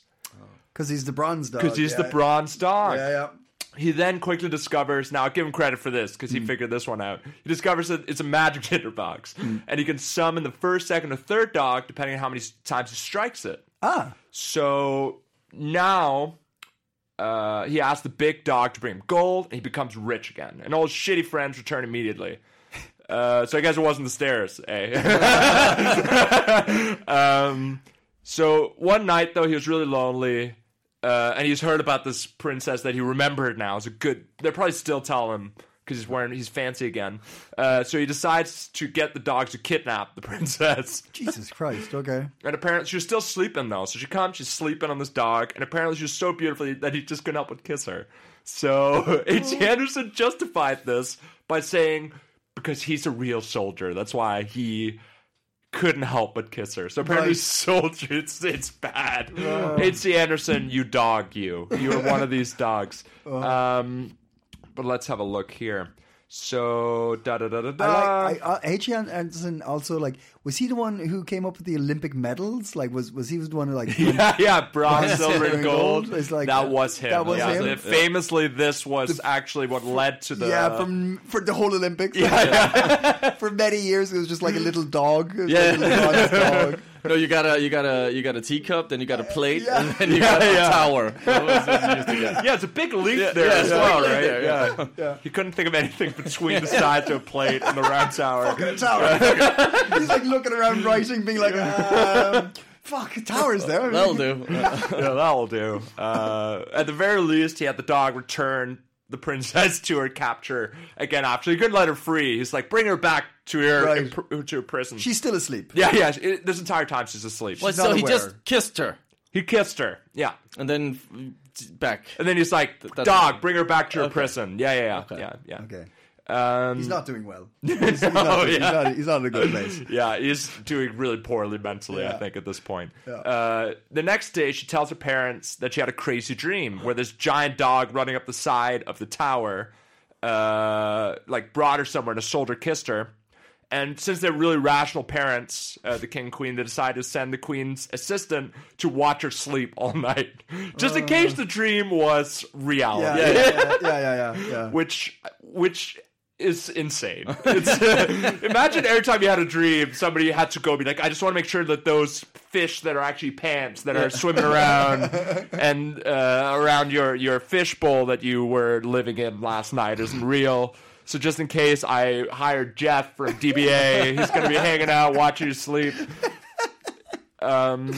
Because he's the bronze dog. because he's the Oh, yeah. bronze dog Yeah, yeah. he then quickly discovers now I'll give him credit for this because he figured this one out he discovers that it's a magic tinderbox and he can summon the first second or third dog depending on how many s- times he strikes it Ah, so now uh, he asks the big dog to bring him gold and he becomes rich again and all his shitty friends return immediately uh, so I guess it wasn't the stairs, eh? um, so one night though he was really lonely, uh, and he's heard about this princess that he remembered now. It's a good. They're probably still telling him because he's wearing he's fancy again. Uh, so he decides to get the dogs to kidnap the princess. Jesus Christ. Okay. And apparently she was still sleeping though. So she comes, she's sleeping on this dog, and apparently she was so beautiful that he just couldn't help but kiss her. So H. Anderson justified this by saying because he's a real soldier, that's why he couldn't help but kiss her. So apparently, Right. soldier, it's it's bad. H.C. Anderson, you dog, you. You are one of these dogs. Um, but let's have a look here. So da da da da da. I like I, uh, H.E. Anderson also like was he the one who came up with the Olympic medals? Like was was he the one who like Yeah, yeah, bronze, silver, silver, and and gold. gold is like- that was him. that was yeah. him? And Famously, this was actually what led to the. yeah from for the whole Olympics? Yeah, for many years it was just like a little dog. It was Yeah. like a little bronze dog. no, you got a you got a you got a teacup, then you got a plate, Yeah. and then you Yeah, got a yeah. tower. That was what you used to get. yeah. it's a big leap there yeah, as it's a well, big leap right? there, yeah. He couldn't think of anything between the sides of a plate and the round tower. tower. He's like looking around writing, being like, um, "Fuck, tower's there." That'll do. yeah, that'll do. Uh, at the very least, he had the dog return the princess to her capture again after he couldn't let her free. He's like, bring her back to her Right. impr- to her prison. She's still asleep. yeah, yeah. she- This entire time she's asleep. Well, She's so not he aware. just kissed her, he kissed her. Yeah, and then f- back. And then he's like, that's- "Dog, bring her back to her prison." Yeah, yeah, yeah, yeah, yeah. Okay. Um, Oh, He's not doing well. He's, he's not, he's, not, he's not in a good place. yeah, he's doing really poorly mentally, I Yeah. think, at this point. Uh, the next day, she tells her parents that she had a crazy dream where this giant dog running up the side of the tower, uh, like, brought her somewhere and a soldier kissed her. And since they're really rational parents, uh, the king and queen, they decide to send the queen's assistant to watch her sleep all night, just in case the dream was reality Uh. Yeah, yeah, yeah, yeah, yeah, yeah, yeah. which which is insane. It's, imagine every time you had a dream, somebody had to go be like, "I just want to make sure that those fish that are actually pants that are swimming around and uh, around your your fish bowl that you were living in last night isn't real." So just in case, I hired Jeff from DBA. He's going to be hanging out, watching you sleep. Um,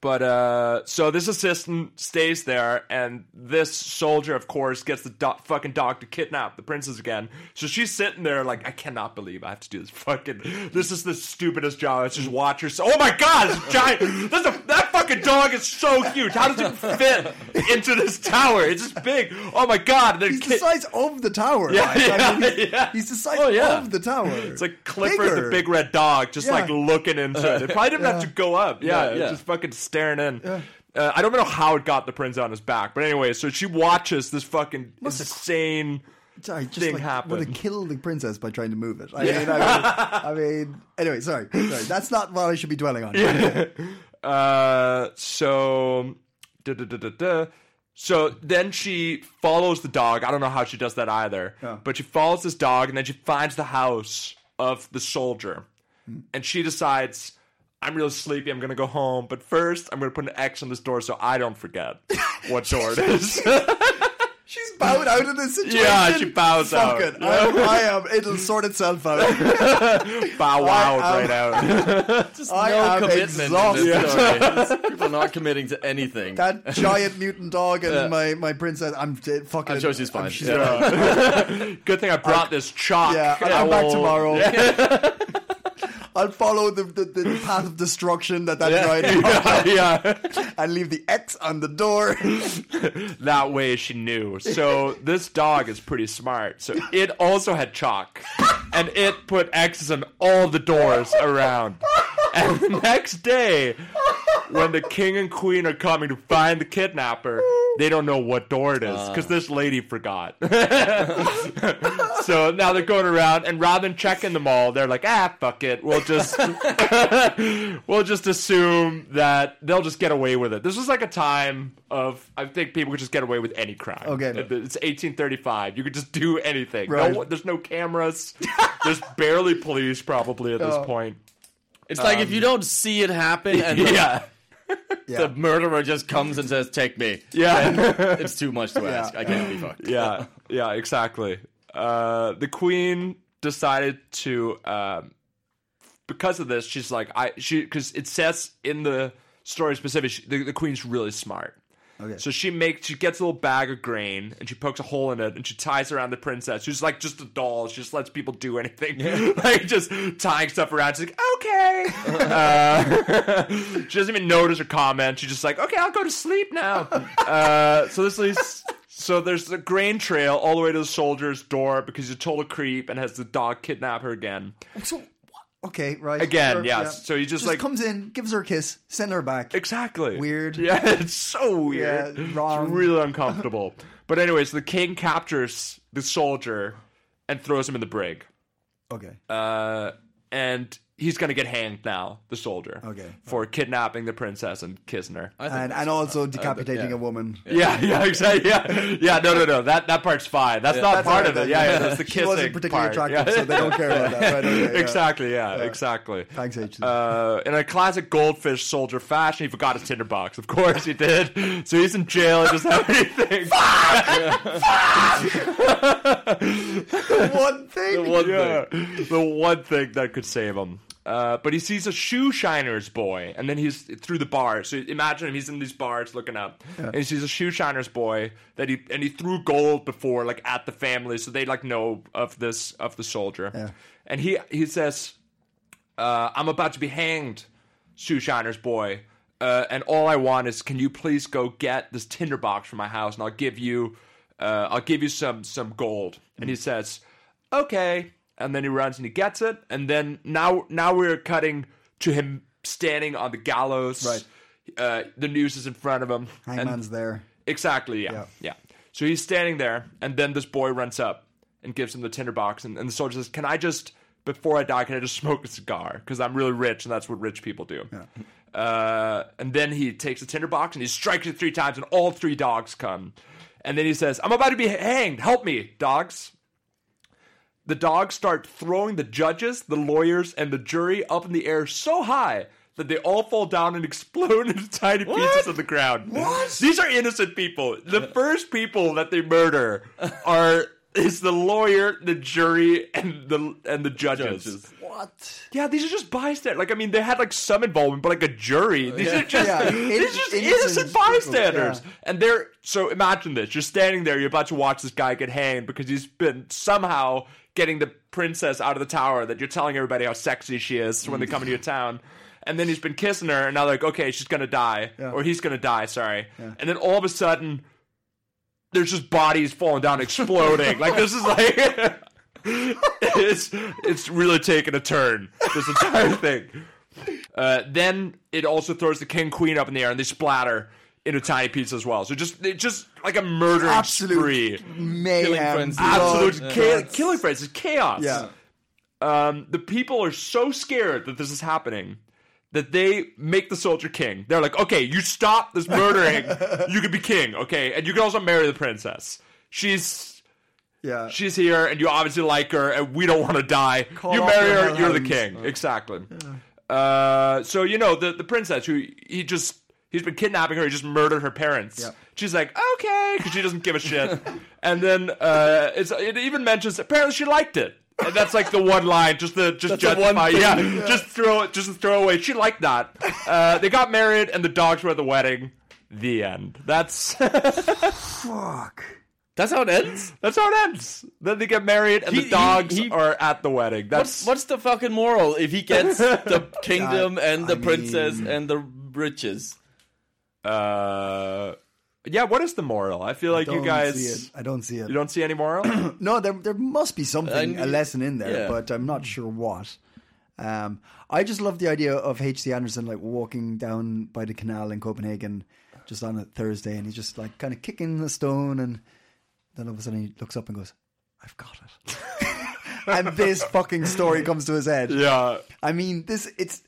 but uh, so this assistant stays there, and this soldier, of course, gets the do- fucking dog to kidnap the princess again. So she's sitting there like, I cannot believe I have to do this fucking. This is the stupidest job. It's just watch her. Oh my god, this giant. This a, that fucking dog is so huge. How does it fit into this tower? It's just big. Oh my god. The He's the kid- size of the tower. Yeah, yeah, he's, yeah. he's the size Oh, yeah. of the tower. It's like Clifford the Bigger. big red dog, just Yeah. like looking into it. It probably didn't have to go up. Yeah, Yeah, yeah. just fucking staring in. Uh, I don't know how it got the prince on his back, but anyway, so she watches this fucking have- insane. I just thing like, happened. would have killed the princess by trying to move it. I mean, I, mean, I mean, anyway, sorry, sorry. That's not what I should be dwelling on. Uh, so, duh, duh, duh, duh, duh. so then she follows the dog. I don't know how she does that either, but she follows this dog, and then she finds the house of the soldier, Hmm. and she decides. I'm real sleepy. I'm gonna go home, but first I'm gonna put an X on this door so I don't forget what door it is. She's bowed out of this situation. yeah, she bows Fuck out. it. I'm, I am. It'll sort itself out. Bow wow I right out. I no am commitment in exhausted. this story. People not committing to anything. That giant mutant dog and my, my princess. I'm t- fucking. I'm sure she's fine. she's Yeah. all right. Good thing I brought this chalk. Yeah, I I'm back will- tomorrow. I'll follow the, the, the path of destruction that that ride yeah. and leave the X on the door. That way she knew. So this dog is pretty smart. So it also had chalk. And it put X's on all the doors around. And the next day, when the king and queen are coming to find the kidnapper, they don't know what door it is because this lady forgot. so now they're going around, and rather than checking them all, they're like, "Ah, fuck it, we'll just we'll just assume that they'll just get away with it." This was like a time of I think people could just get away with any crime. Okay. It- it's 1835. You could just do anything. Right. No, there's no cameras. there's barely police probably at this Oh. point. It's like if you don't see it happen and the, Yeah. the murderer just comes and says, "Take me." Yeah. It's too much to ask. I can't be fucked. yeah, yeah, exactly. Uh, the queen decided to, um, because of this, she's like, I she because it says in the story specific, she, the, the queen's really smart. Okay. So she makes, she gets a little bag of grain and she pokes a hole in it and she ties around the princess. She's like just a doll. She just lets people do anything, like just tying stuff around. She's like, okay. uh, she doesn't even notice or comment. She's just like, okay, I'll go to sleep now. uh, so this leads. So there's the grain trail all the way to the soldier's door because he's a total creep and has the dog kidnap her again. So, okay, right. Again, yes. So you just, just like comes in, gives her a kiss, send her back. Exactly. Weird. Yeah, it's so weird. Yeah, wrong. It's really uncomfortable. but anyways, the king captures the soldier and throws him in the brig. Okay. Uh, and he's gonna get hanged now, the soldier. Okay. For kidnapping the princess and kissing her. I think and that's- and also decapitating yeah. a woman. yeah, yeah, exactly. Yeah, yeah. No, no, no. That that part's fine. That's not That's part all of right, it. Yeah, then. yeah. That's the kissing She wasn't particularly part. attractive, Yeah. so they don't care about that. Right? Okay, yeah. exactly. Yeah, exactly. Thanks, H. Uh, in a classic goldfish soldier fashion, he forgot his tinderbox. Of course he did. So he's in jail. He doesn't have anything. one thing. The one yeah. thing. the one thing that could save him. Uh, but he sees a shoe shiner's boy, and then he's through the bar. So imagine him; he's in these bars looking up, and he sees a shoe shiner's boy that he and he threw gold before, like at the family, so they like know of this of the soldier. Yeah. And he he says, uh, "I'm about to be hanged, shoe shiner's boy, uh, and all I want is, can you please go get this tinderbox from my house, and I'll give you, uh, I'll give you some some gold." And he says, okay. And then he runs and he gets it. And then now, now we're cutting to him standing on the gallows. Right. Uh, the news is in front of him. and- Hangman's there. Exactly. Yeah. Yeah. yeah. So he's standing there, and then this boy runs up and gives him the tinderbox, and, and the soldier says, "Can I just, before I die, can I just smoke a cigar? Because I'm really rich, and that's what rich people do." Uh, and then he takes the tinderbox and he strikes it three times, and all three dogs come. And then he says, "I'm about to be hanged. Help me, dogs." The dogs start throwing the judges, the lawyers, and the jury up in the air so high that they all fall down and explode into tiny pieces on the ground. What? These are innocent people. The first people that they murder are is the lawyer, the jury, and the and the judges. Judges. What? Yeah, these are just bystanders. Like I mean, they had like some involvement, but like a jury. These are just Oh, Yeah, these are just innocent innocent people, bystanders. yeah. And they're so imagine this: you're standing there, you're about to watch this guy get hanged because he's been somehow getting the princess out of the tower that you're telling everybody how sexy she is when they come into Mm. your town. And then he's been kissing her, and now like, okay, she's gonna die, or he's gonna die. Sorry. And then all of a sudden, there's just bodies falling down, exploding. like this is like. it's it's really taken a turn. This entire thing. Uh, then it also throws the king queen up in the air and they splatter into tiny pieces as well. So just it just like a murdering Absolute spree, Mayhem. frenzy. absolute blood, cha- guts. killing phrase. It's chaos. Yeah. Um, the people are so scared that this is happening that they make the soldier king. They're like, okay, you stop this murdering. you could be king, okay, and you can also marry the princess. She's Yeah. she's here and you obviously like her and we don't want to die. you off marry your her, you're the hands. king. Exactly. Uh, so you know the the princess who he just he's been kidnapping her, he just murdered her parents. Yeah. She's like okay because she doesn't give a shit. and then uh, it's it even mentions apparently she liked it. And that's like the one line, just the just the one justify, thing, yeah, just throw it, just throw away. She liked that. Uh, they got married, and the dogs were at the wedding. The end. That's Fuck. That's how it ends. That's how it ends. Then they get married, and He- the dogs he- he- are at the wedding. What's That's what's the fucking moral if he gets the kingdom and the I princess mean- and the riches? uh, yeah. What is the moral? I feel like Don't you see guys it. I don't see it. you don't see any moral. No, there there must be something And- a lesson in there, yeah. but I'm not sure what. Um, I just love the idea of H.C. Anderson like walking down by the canal in Copenhagen just on a Thursday, and he's just like kind of kicking a stone, and then all of a sudden he looks up and goes, "I've got it," and this fucking story comes to his head. yeah, I mean, this it's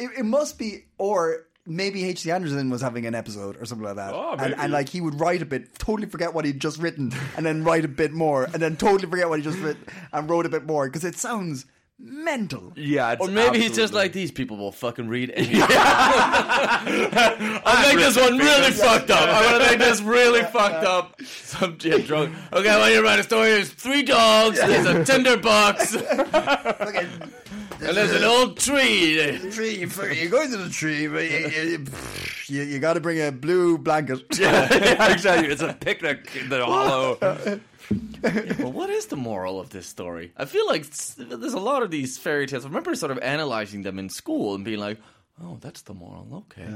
it, it must be or maybe H.C. Anderson was having an episode or something like that, Oh, and, maybe. and like he would write a bit, totally forget what he'd just written, and then write a bit more, and then totally forget what he just writ and wrote a bit more because it sounds mental. yeah. It's Or maybe he's just absolutely- like these people will fucking read. Anything. I'll make this one really fucked up. I'm gonna make this really fucked up. Some yeah, drunk. Okay, I want you to write a story. There's three dogs. There's a tinderbox. and there's an old tree. Tree, you, fuck- you go into the tree, but you, you, you, you got to bring a blue blanket. yeah, exactly. It's a picnic in the hollow. Well, what is the moral of this story? I feel like s- there's a lot of these fairy tales. I remember sort of analyzing them in school and being like, "Oh, that's the moral." Okay.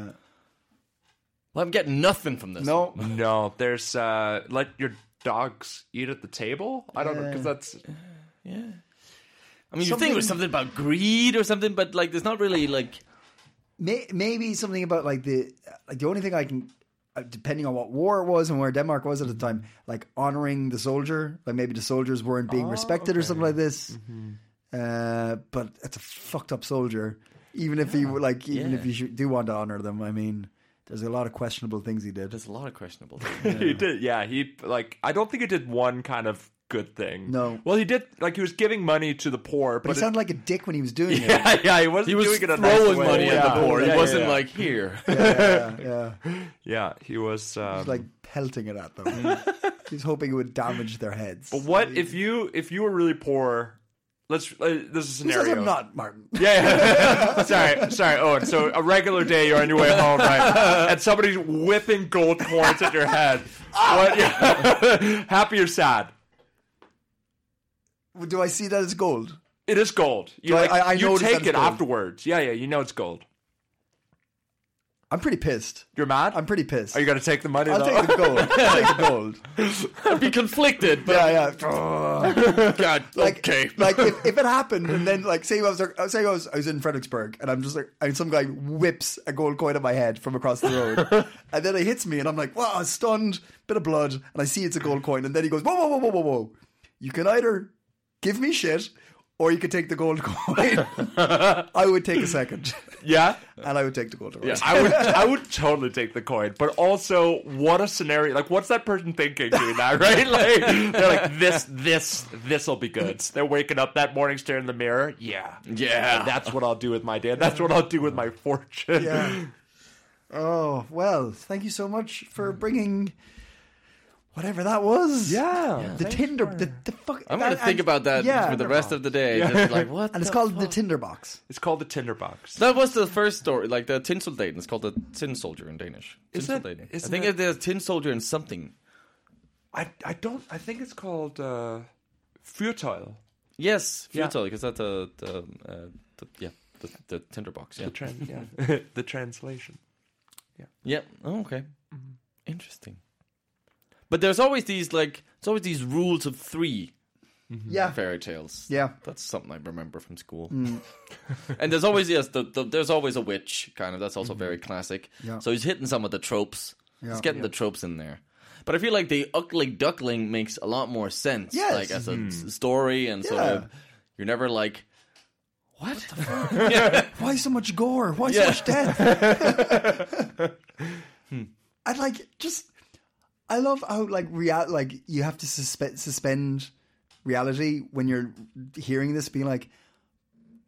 Well, I'm getting nothing from this. No, No, there's uh, let your dogs eat at the table. I don't know because that's Yeah. I mean, you think it was something about greed or something, but like, there's not really like. May- maybe something about like the like the only thing I can uh, depending on what war it was and where Denmark was at the time, like honoring the soldier, like maybe the soldiers weren't Oh, being respected or something like this. Mm-hmm. Uh, but it's a fucked up soldier. Even if he like, even if Yeah. you should, do want to honor them, I mean, there's a lot of questionable things he did. There's a lot of questionable. things. he did yeah he like i don't think he did one kind of good thing No. well he did like he was giving money to the poor but, But he it- sounded like a dick when he was doing it. yeah yeah he wasn't He was doing it a throwing nice way. money at Yeah, the poor. yeah, he yeah, wasn't yeah. like here. Yeah, yeah, yeah he was um, He's, like pelting it at them. He's hoping it would damage their heads. But What if you if you were really poor? Let's. Uh, this is a He says scenario. I'm not Martin. Yeah. yeah. sorry. Sorry, Owen. So a regular day, you're on your way home, right? And somebody's whipping gold coins at your head. What? yeah. Happy or sad? Do I see that as gold? It is gold. You I- like, I- I you noticed that take it's it gold. afterwards. Yeah, yeah. You know it's gold. I'm pretty pissed. You're mad? I'm pretty pissed. Are you going to take the money? I'll though? take the gold. I'll take the gold. I'd be conflicted, but Yeah, yeah. God, Like, okay. like if, if it happened, and then like say I was say I was, I was in Fredericksburg, and I'm just like, and some guy whips a gold coin at my head from across the road, and then it hits me, and I'm like, wow, stunned, bit of blood, and I see it's a gold coin, and then he goes, whoa, whoa, whoa, whoa, whoa, whoa, you can either give me shit, or you could take the gold coin. I would take a second, yeah. and I would take the gold coin. Yeah, I would I would totally take the coin, but also what a scenario! Like, what's that person thinking doing that? Right? Like, they're like this, this, this'll be good. They're waking up that morning, staring in the mirror. Yeah, Yeah. That's what I'll do with my day. That's what I'll do with my fortune. Yeah. Oh well, thank you so much for bringing whatever that was. Yeah. the Tinder, the, the fuck. I'm gonna that- think and- about that yeah, for the rest of the day. Just like what? And it's the called the fuck? Tinder box. It's called the tinderbox. That was the first story, like the tin soldaten. It's called the tin soldier in Danish. Is Tin it? soldaten. I Isn't think it- it's the tin soldier and something. I I don't. I think it's called uh, Fyrtøj. Yes, Yeah. futile because that's a the, uh, the yeah the, the tinderbox. Yeah, The tran- yeah. the translation. yeah. Oh, okay, interesting. But there's always these like it's always these rules of three Mm-hmm. Yeah, fairy tales. yeah. Mm. That's something I remember from school. and there's always yes, the, the, there's always a witch kind of. That's also very classic. Yeah. So he's hitting some of the tropes. Yeah. He's getting the tropes in there. But I feel like the ugly duckling makes a lot more sense. Yes. Like as a s- story and sort Yeah. of you're never like what? Why so much gore? Why so Yeah. much death? I'd like just. I love how like real like you have to suspe- suspend reality when you're hearing this, being like,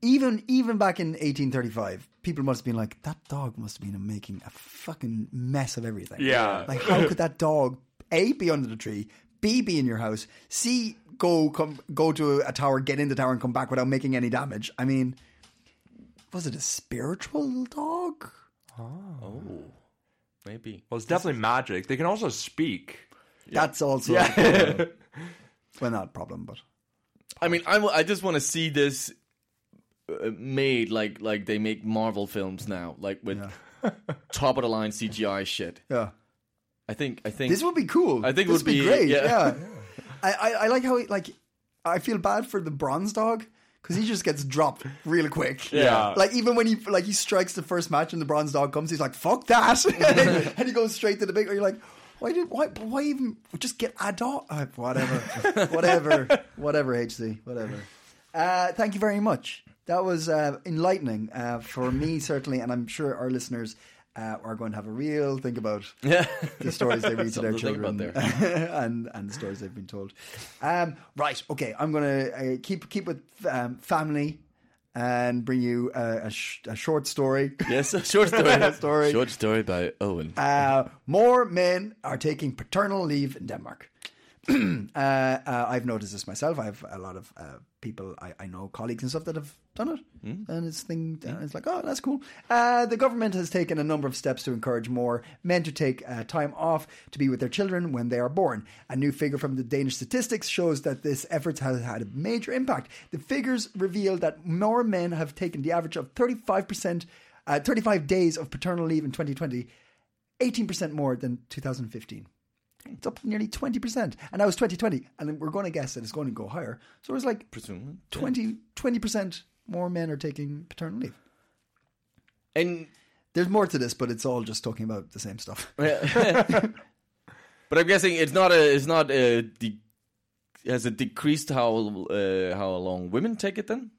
even even back in 1835, people must have been like, that dog must have been making a fucking mess of everything. Yeah. like how could that dog a be under the tree, b be in your house, c go come go to a tower, get in the tower, and come back without making any damage? I mean, was it a spiritual dog? oh. Maybe. Well, it's definitely magic. They can also speak. That's also a problem. well, not a problem, but I mean, I, w- I just want to see this uh, made like like they make Marvel films now, like with top of the line CGI shit. yeah, I think I think this would be cool. I think it this would be- great. Yeah, yeah. I, I I like how it, like I feel bad for the bronze dog because he just gets dropped real quick. Yeah. Like even when he like he strikes the first match and the bronze dog comes, he's like fuck that, and he goes straight to the big. Or you're like, why did why why even just get a dog? Uh, whatever, whatever, whatever. HC, whatever. Uh, thank you very much. That was uh, enlightening uh, for me certainly, and I'm sure our listeners uh, are going to have a real think about yeah. the stories they read to their Something to think children about and and the stories they've been told. Um, right, okay, I'm gonna uh, keep keep with um, family and bring you uh, a, sh- a short story. yes, a short story. Story. Short story by Owen. Uh, more men are taking paternal leave in Denmark. uh, uh, I've noticed this myself. I have a lot of uh, people I, I know, colleagues and stuff that have done it, and it's thing. uh, It's like, oh, that's cool. Uh, the government has taken a number of steps to encourage more men to take uh, time off to be with their children when they are born. A new figure from the Danish statistics shows that this effort has had a major impact. The figures reveal that more men have taken the average of thirty-five percent. Uh, 35 days of paternal leave in 2020 18% more than 2015. It's up nearly 20%. And that was 2020. And we're going to guess that it's going to go higher. So it's like Presumably. 20, 20% more men are taking paternal leave. And There's more to this, but it's all just talking about the same stuff. but I'm guessing it's not a it's not a de- has it decreased how uh, how long women take it then?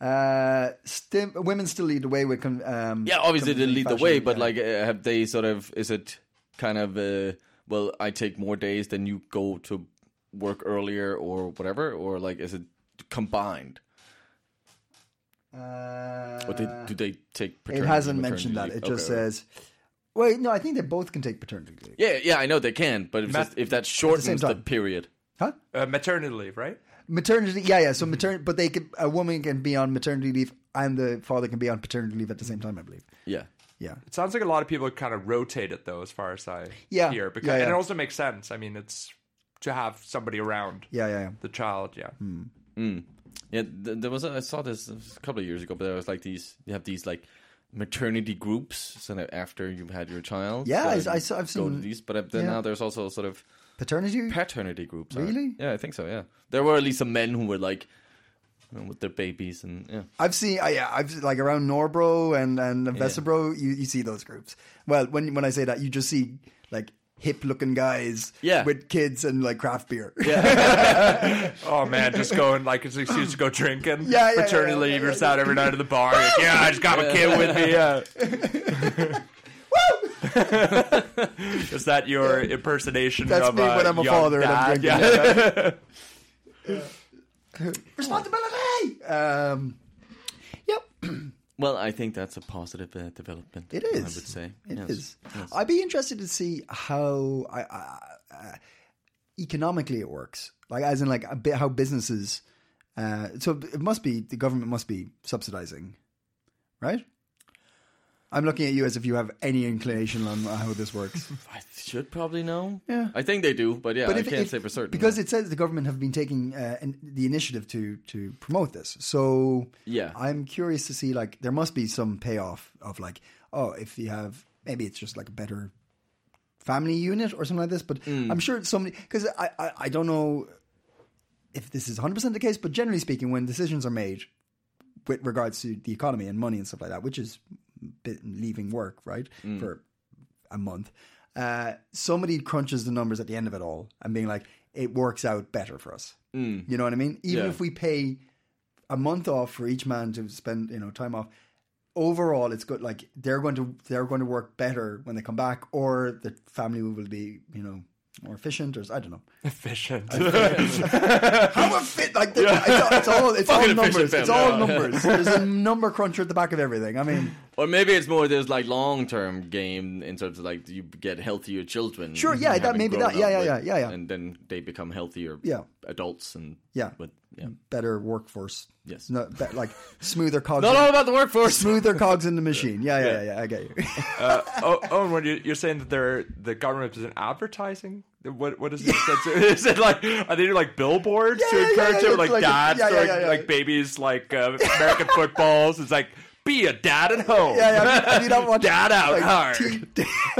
Uh, stim- women still lead the way with. Con- um, Yeah, obviously they conventional lead the fashion, way, but yeah. like, uh, have they sort of? Is it kind of? Uh, well, I take more days than you go to work earlier, or whatever, or like, is it combined? Uh, Or they, do they take? it Paternity, hasn't maternity mentioned that. leave? It just Okay. says. Wait, no, I think they both can take paternity leave. Yeah, yeah, I know they can, but if, Mat- that- if that shortens the, time. period, Huh? Uh, maternity leave, right? Maternity, yeah, yeah. So maternity, but they could, a woman can be on maternity leave and the father can be on paternity leave at the same time, I believe. yeah, Yeah, It sounds like a lot of people kind of rotate it though, as far as I Yeah. hear, because Yeah, yeah. and it also makes sense. I mean, it's to have somebody around yeah, Hmm. yeah. yeah. the child. Yeah, yeah. Th- there was a, I saw this a couple of years ago, but there was like these. You have these like maternity groups. So that after you've had your child, Yeah, I- then I saw- I've go to seen- these. But uh, then yeah. now there's also sort of Paternity? paternity groups. aren't- Really? Yeah, I think so. Yeah, there were at least some men who were like you know, with their babies and yeah. I've seen, I, yeah, I've like around Norbro and and Vesabro, you, you see those groups. Well, when when I say that, you just see like hip looking guys, Yeah. with kids and like craft beer. Oh man, just going like it's an excuse to go drinking. Yeah, yeah, yeah, Paternity yeah, leave, you're just out every night at the bar. Like, yeah, I just got my kid with me. Yeah. Is that your impersonation That's of me a when I'm a young father and I'm dad? drinking. Yeah. Responsibility. Um, yep, Well, I think that's a positive uh, development. it is. I would say it Yes. is. I'd be interested to see how I, I, uh, economically it works, like as in like a bit how businesses. Uh, so it must be the government must be subsidizing, right? I'm looking at you as if you have any inclination on how this works. I should probably know. Yeah. I think they do, but yeah, I if- can't if- say for certain because yeah. it says the government have been taking uh, in- the initiative to to promote this. So Yeah. I'm curious to see like there must be some payoff of like oh if you have maybe it's just like a better family unit or something like this. But Mm. I'm sure it's somebody because I, I I don't know if this is 100 percent the case, but generally speaking, when decisions are made with regards to the economy and money and stuff like that, which is bit- leaving work right Mm. for a month, uh, somebody crunches the numbers at the end of it all and being like, it works out better for us. You know what I mean? Even Mm. Yeah. if we pay a month off for each man to spend you know time off. Overall, it's good. Like they're going to they're going to work better when they come back, or the family will be you know more efficient, or s- I don't know. Efficient. How a fit like the- it's, all- it's all it's all Fucking numbers. efficient It's family. all numbers. There's a number cruncher at the back of everything. I mean, Or maybe it's more this like long term game in terms of like you get healthier children. Sure, yeah, having that- maybe grown that- yeah, up yeah, yeah, yeah, yeah. And then they become healthier Yeah. adults and Yeah. Mm. With, yeah. better workforce. Yes. no, be- like smoother cogs. Not all about the workforce. smoother cogs in the machine. Yeah, yeah, yeah. yeah, I get you. oh, Owen, when you, you're saying that they're the government is in advertising, what what is this? That's- is it like are they doing like billboards Yeah, to yeah, yeah, encourage yeah, them, like, like- dads, yeah, to, yeah, like, yeah, yeah. like babies, like uh, American footballs? It's like be a dad at home. yeah, yeah. If you don't watch Dad out like, hard. T-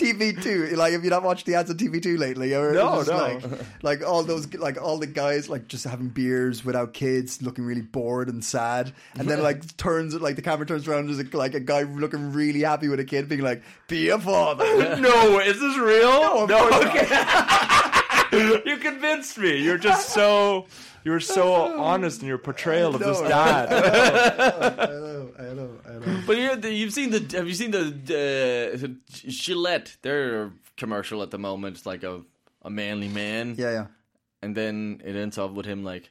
TV two, like if you not watched the ads on TV two lately, or No, just no. like, like all those, like all the guys like just having beers without kids, looking really bored and sad, and then like turns like the camera turns around, and there's like a guy looking really happy with a kid, being like, "Be a father." no, is this real? No, of course not. you convinced me. You're just so you were so honest in your portrayal of this No. dad. I know, I know. But you you've seen the have you seen the uh, Gillette their commercial at the moment? It's like a a manly man. Yeah, yeah. and then it ends off with him like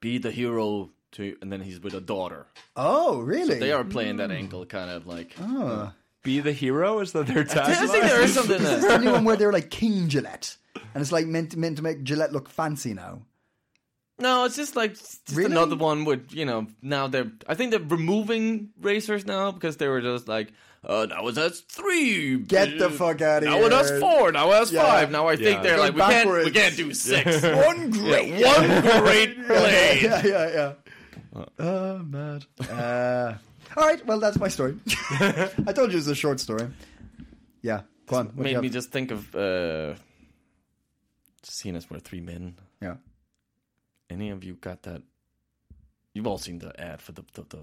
be the hero to and then he's with a daughter Oh, really? they are playing that angle kind of like Oh. Be the hero is that their i just think tagline? there is something Is there there anyone where they're like King Gillette, and it's like meant meant to make Gillette look fancy now? no it's just like it's just Really? another one with you know now they're i think they're removing racers now because they were just like uh, now it has three. Get the fuck outta Now it has here. four. Now it has Yeah. five. Now I think Yeah. they're Going like we can't, we backwards. can't do six. One great One great play. yeah, yeah, yeah. Oh, mad. Uh, all right, well, that's my story. I told you it was a short story. Yeah, go on. what do you Made have? me just think of uh, seeing us were three men. Yeah. any of you got that? You've all seen the ad for the the the,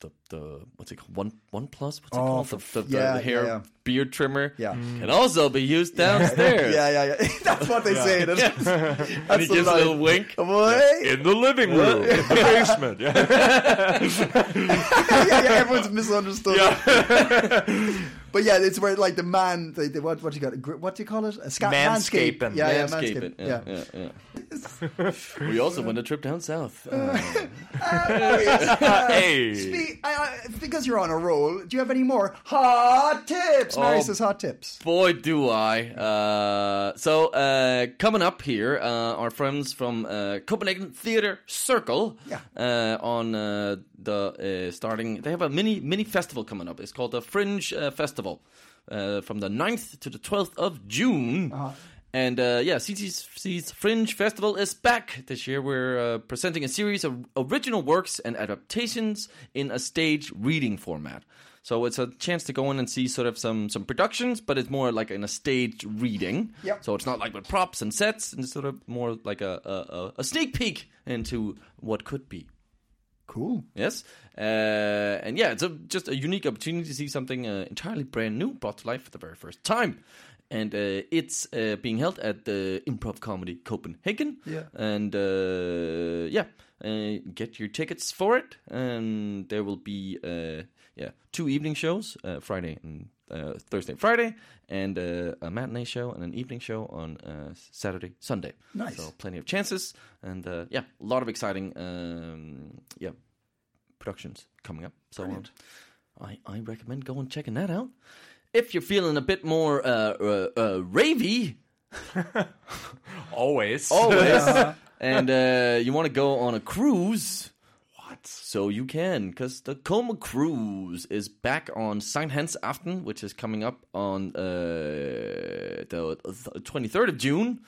the, the what's it called? One One Plus? What's it Oh, called? for The, f- the, the yeah, hair yeah, yeah. beard trimmer. Yeah. Can also be used downstairs. Yeah, yeah, yeah. That's what they say. That's, And that's he gives a little wink. Boy. in the living room, in the basement. Yeah. Yeah, yeah, everyone's misunderstood. but yeah, it's where like the man, the, the, what what do you got? A gr- What do you call it? A sca- Manscaping. manscape. Yeah, yeah, Landscape manscape. it. Yeah, yeah, yeah. we also went a trip down south. Uh, hey. Be- I, I, because you're on a roll, do you have any more hot tips? Mary Oh. says hot tips. boy, do I. Uh, so, uh, coming up here, uh, our friends from uh, Copenhagen Theatre Circle Yeah. uh, on uh, the uh, starting, they have a mini mini festival coming up. It's called the Fringe uh, Festival uh, from the 9th to the 12th of June. And uh, yeah, CCC's Fringe Festival is back this year. We're uh, presenting a series of original works and adaptations in a stage reading format. So it's a chance to go in and see sort of some some productions, but it's more like in a stage reading. Yep. So it's not like with props and sets, and it's sort of more like a a, a- a sneak peek into what could be. Cool. Yes, uh, and yeah, it's a, just a unique opportunity to see something uh, entirely brand new brought to life for the very first time. And uh, it's uh, being held at the Improv Comedy Copenhagen. Yeah. and uh, yeah, uh, get your tickets for it. And there will be uh, yeah two evening shows, uh, Friday and uh, Thursday, and Friday, and uh, a matinee show and an evening show on uh, Saturday, Sunday. Nice. So plenty of chances, and uh, yeah, a lot of exciting um, yeah productions coming up. So um, I, I recommend going checking that out. If you're feeling a bit more uh, uh, uh, ravey, Always. always, and uh, you want to go on a cruise, What? so you can, because the Coma Cruise is back on St. Hans Aften, which is coming up on uh, the th- 23rd of June.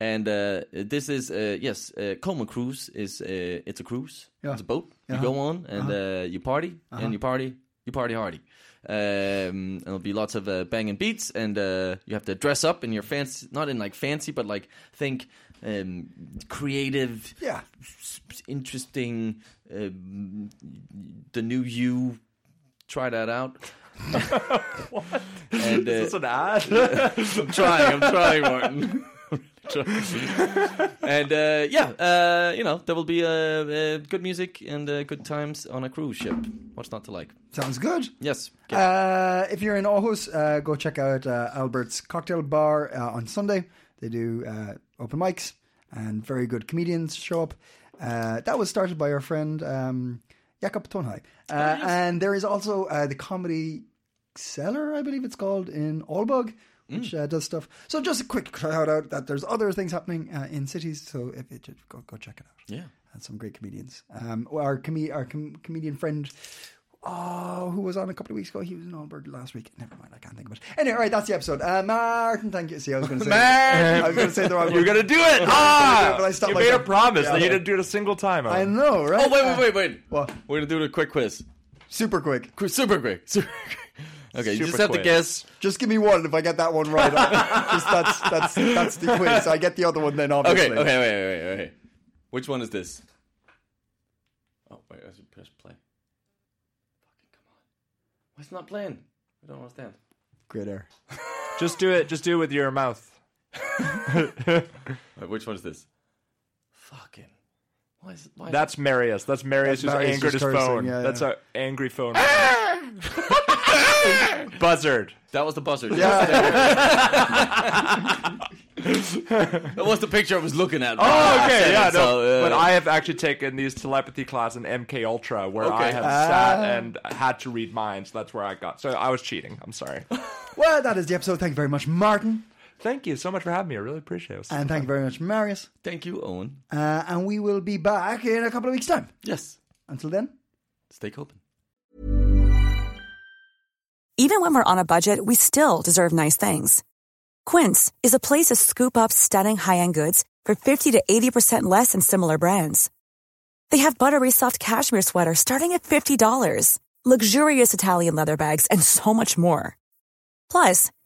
And uh, this is, uh, yes, uh, Coma Cruise is, uh, it's a cruise. Yeah. It's a boat. Uh-huh. You go on and uh you party, and you party, you party hardy. Um, and there'll be lots of uh, banging beats, and uh, you have to dress up in your fancy, not in like fancy, but like think um, creative, Yeah. s- interesting uh, the new you try that out and uh, Is this an ad? i'm trying i'm trying martin and uh, yeah uh, you know there will be uh, uh, good music and uh, good times on a cruise ship what's not to like Sounds good. yes Get- Uh, if you're in Aarhus, uh, go check out uh, Albert's Cocktail Bar uh, on Sunday. They do uh, open mics, and very good comedians show up. Uh, that was started by our friend um, Jakob Tonhai. Uh, And there is also uh, the Comedy Cellar, I believe it's called, in Aalborg, which uh, does stuff. So just a quick shout out that there's other things happening uh, in cities, so if it, just go, go check it out yeah and some great comedians. Um, our com- our com- comedian friend, oh, who was on a couple of weeks ago, he was in Alberg last week. Never mind, I can't think of it. Anyway, all right, that's the episode. Uh, Martin, thank you. See, I was going to say, I was going to say the wrong You're word. gonna do it! do it, Ah! but I stopped you made a myself. promise that Yeah. you didn't do it a single time. I Owen. know, right? oh wait wait wait wait Well, we're gonna do a quick quiz super quick. Qu- super quick super quick. okay you Super just have quiz. to guess Just give me one. If I get that one right, I- just that's that's that's the quiz. I get the other one then, obviously. Okay, okay, wait, wait, wait, wait. Which one is this? Oh, wait, I should press play. Fucking come on. Why is it not playing? I don't understand. Great air. Just do it. Just do it with your mouth. Wait, which one is this? Fucking. Why is it? Why is That's Marius. That's Marius who's Marius angered just his cursing, phone. yeah, That's yeah. an angry phone. Buzzard. it? That was the buzzer. Yeah, That was the picture I was looking at. Oh, okay, yeah, no. So, uh, but I have actually taken these telepathy class in MK Ultra, where I Okay. have sat and had to read minds. That's where I got. So I was cheating. I'm sorry. well, that is the episode. Thank you very much, Martin, Thank you so much for having me. I really appreciate it. and thank you very much, Marius. Thank you, Owen. Uh, and we will be back in a couple of weeks' time. Yes. Until then. Stay open. Even when we're on a budget, we still deserve nice things. Quince is a place to scoop up stunning high-end goods for 50 to 80% less than similar brands. They have buttery soft cashmere sweaters starting at $50, luxurious Italian leather bags, and so much more. Plus,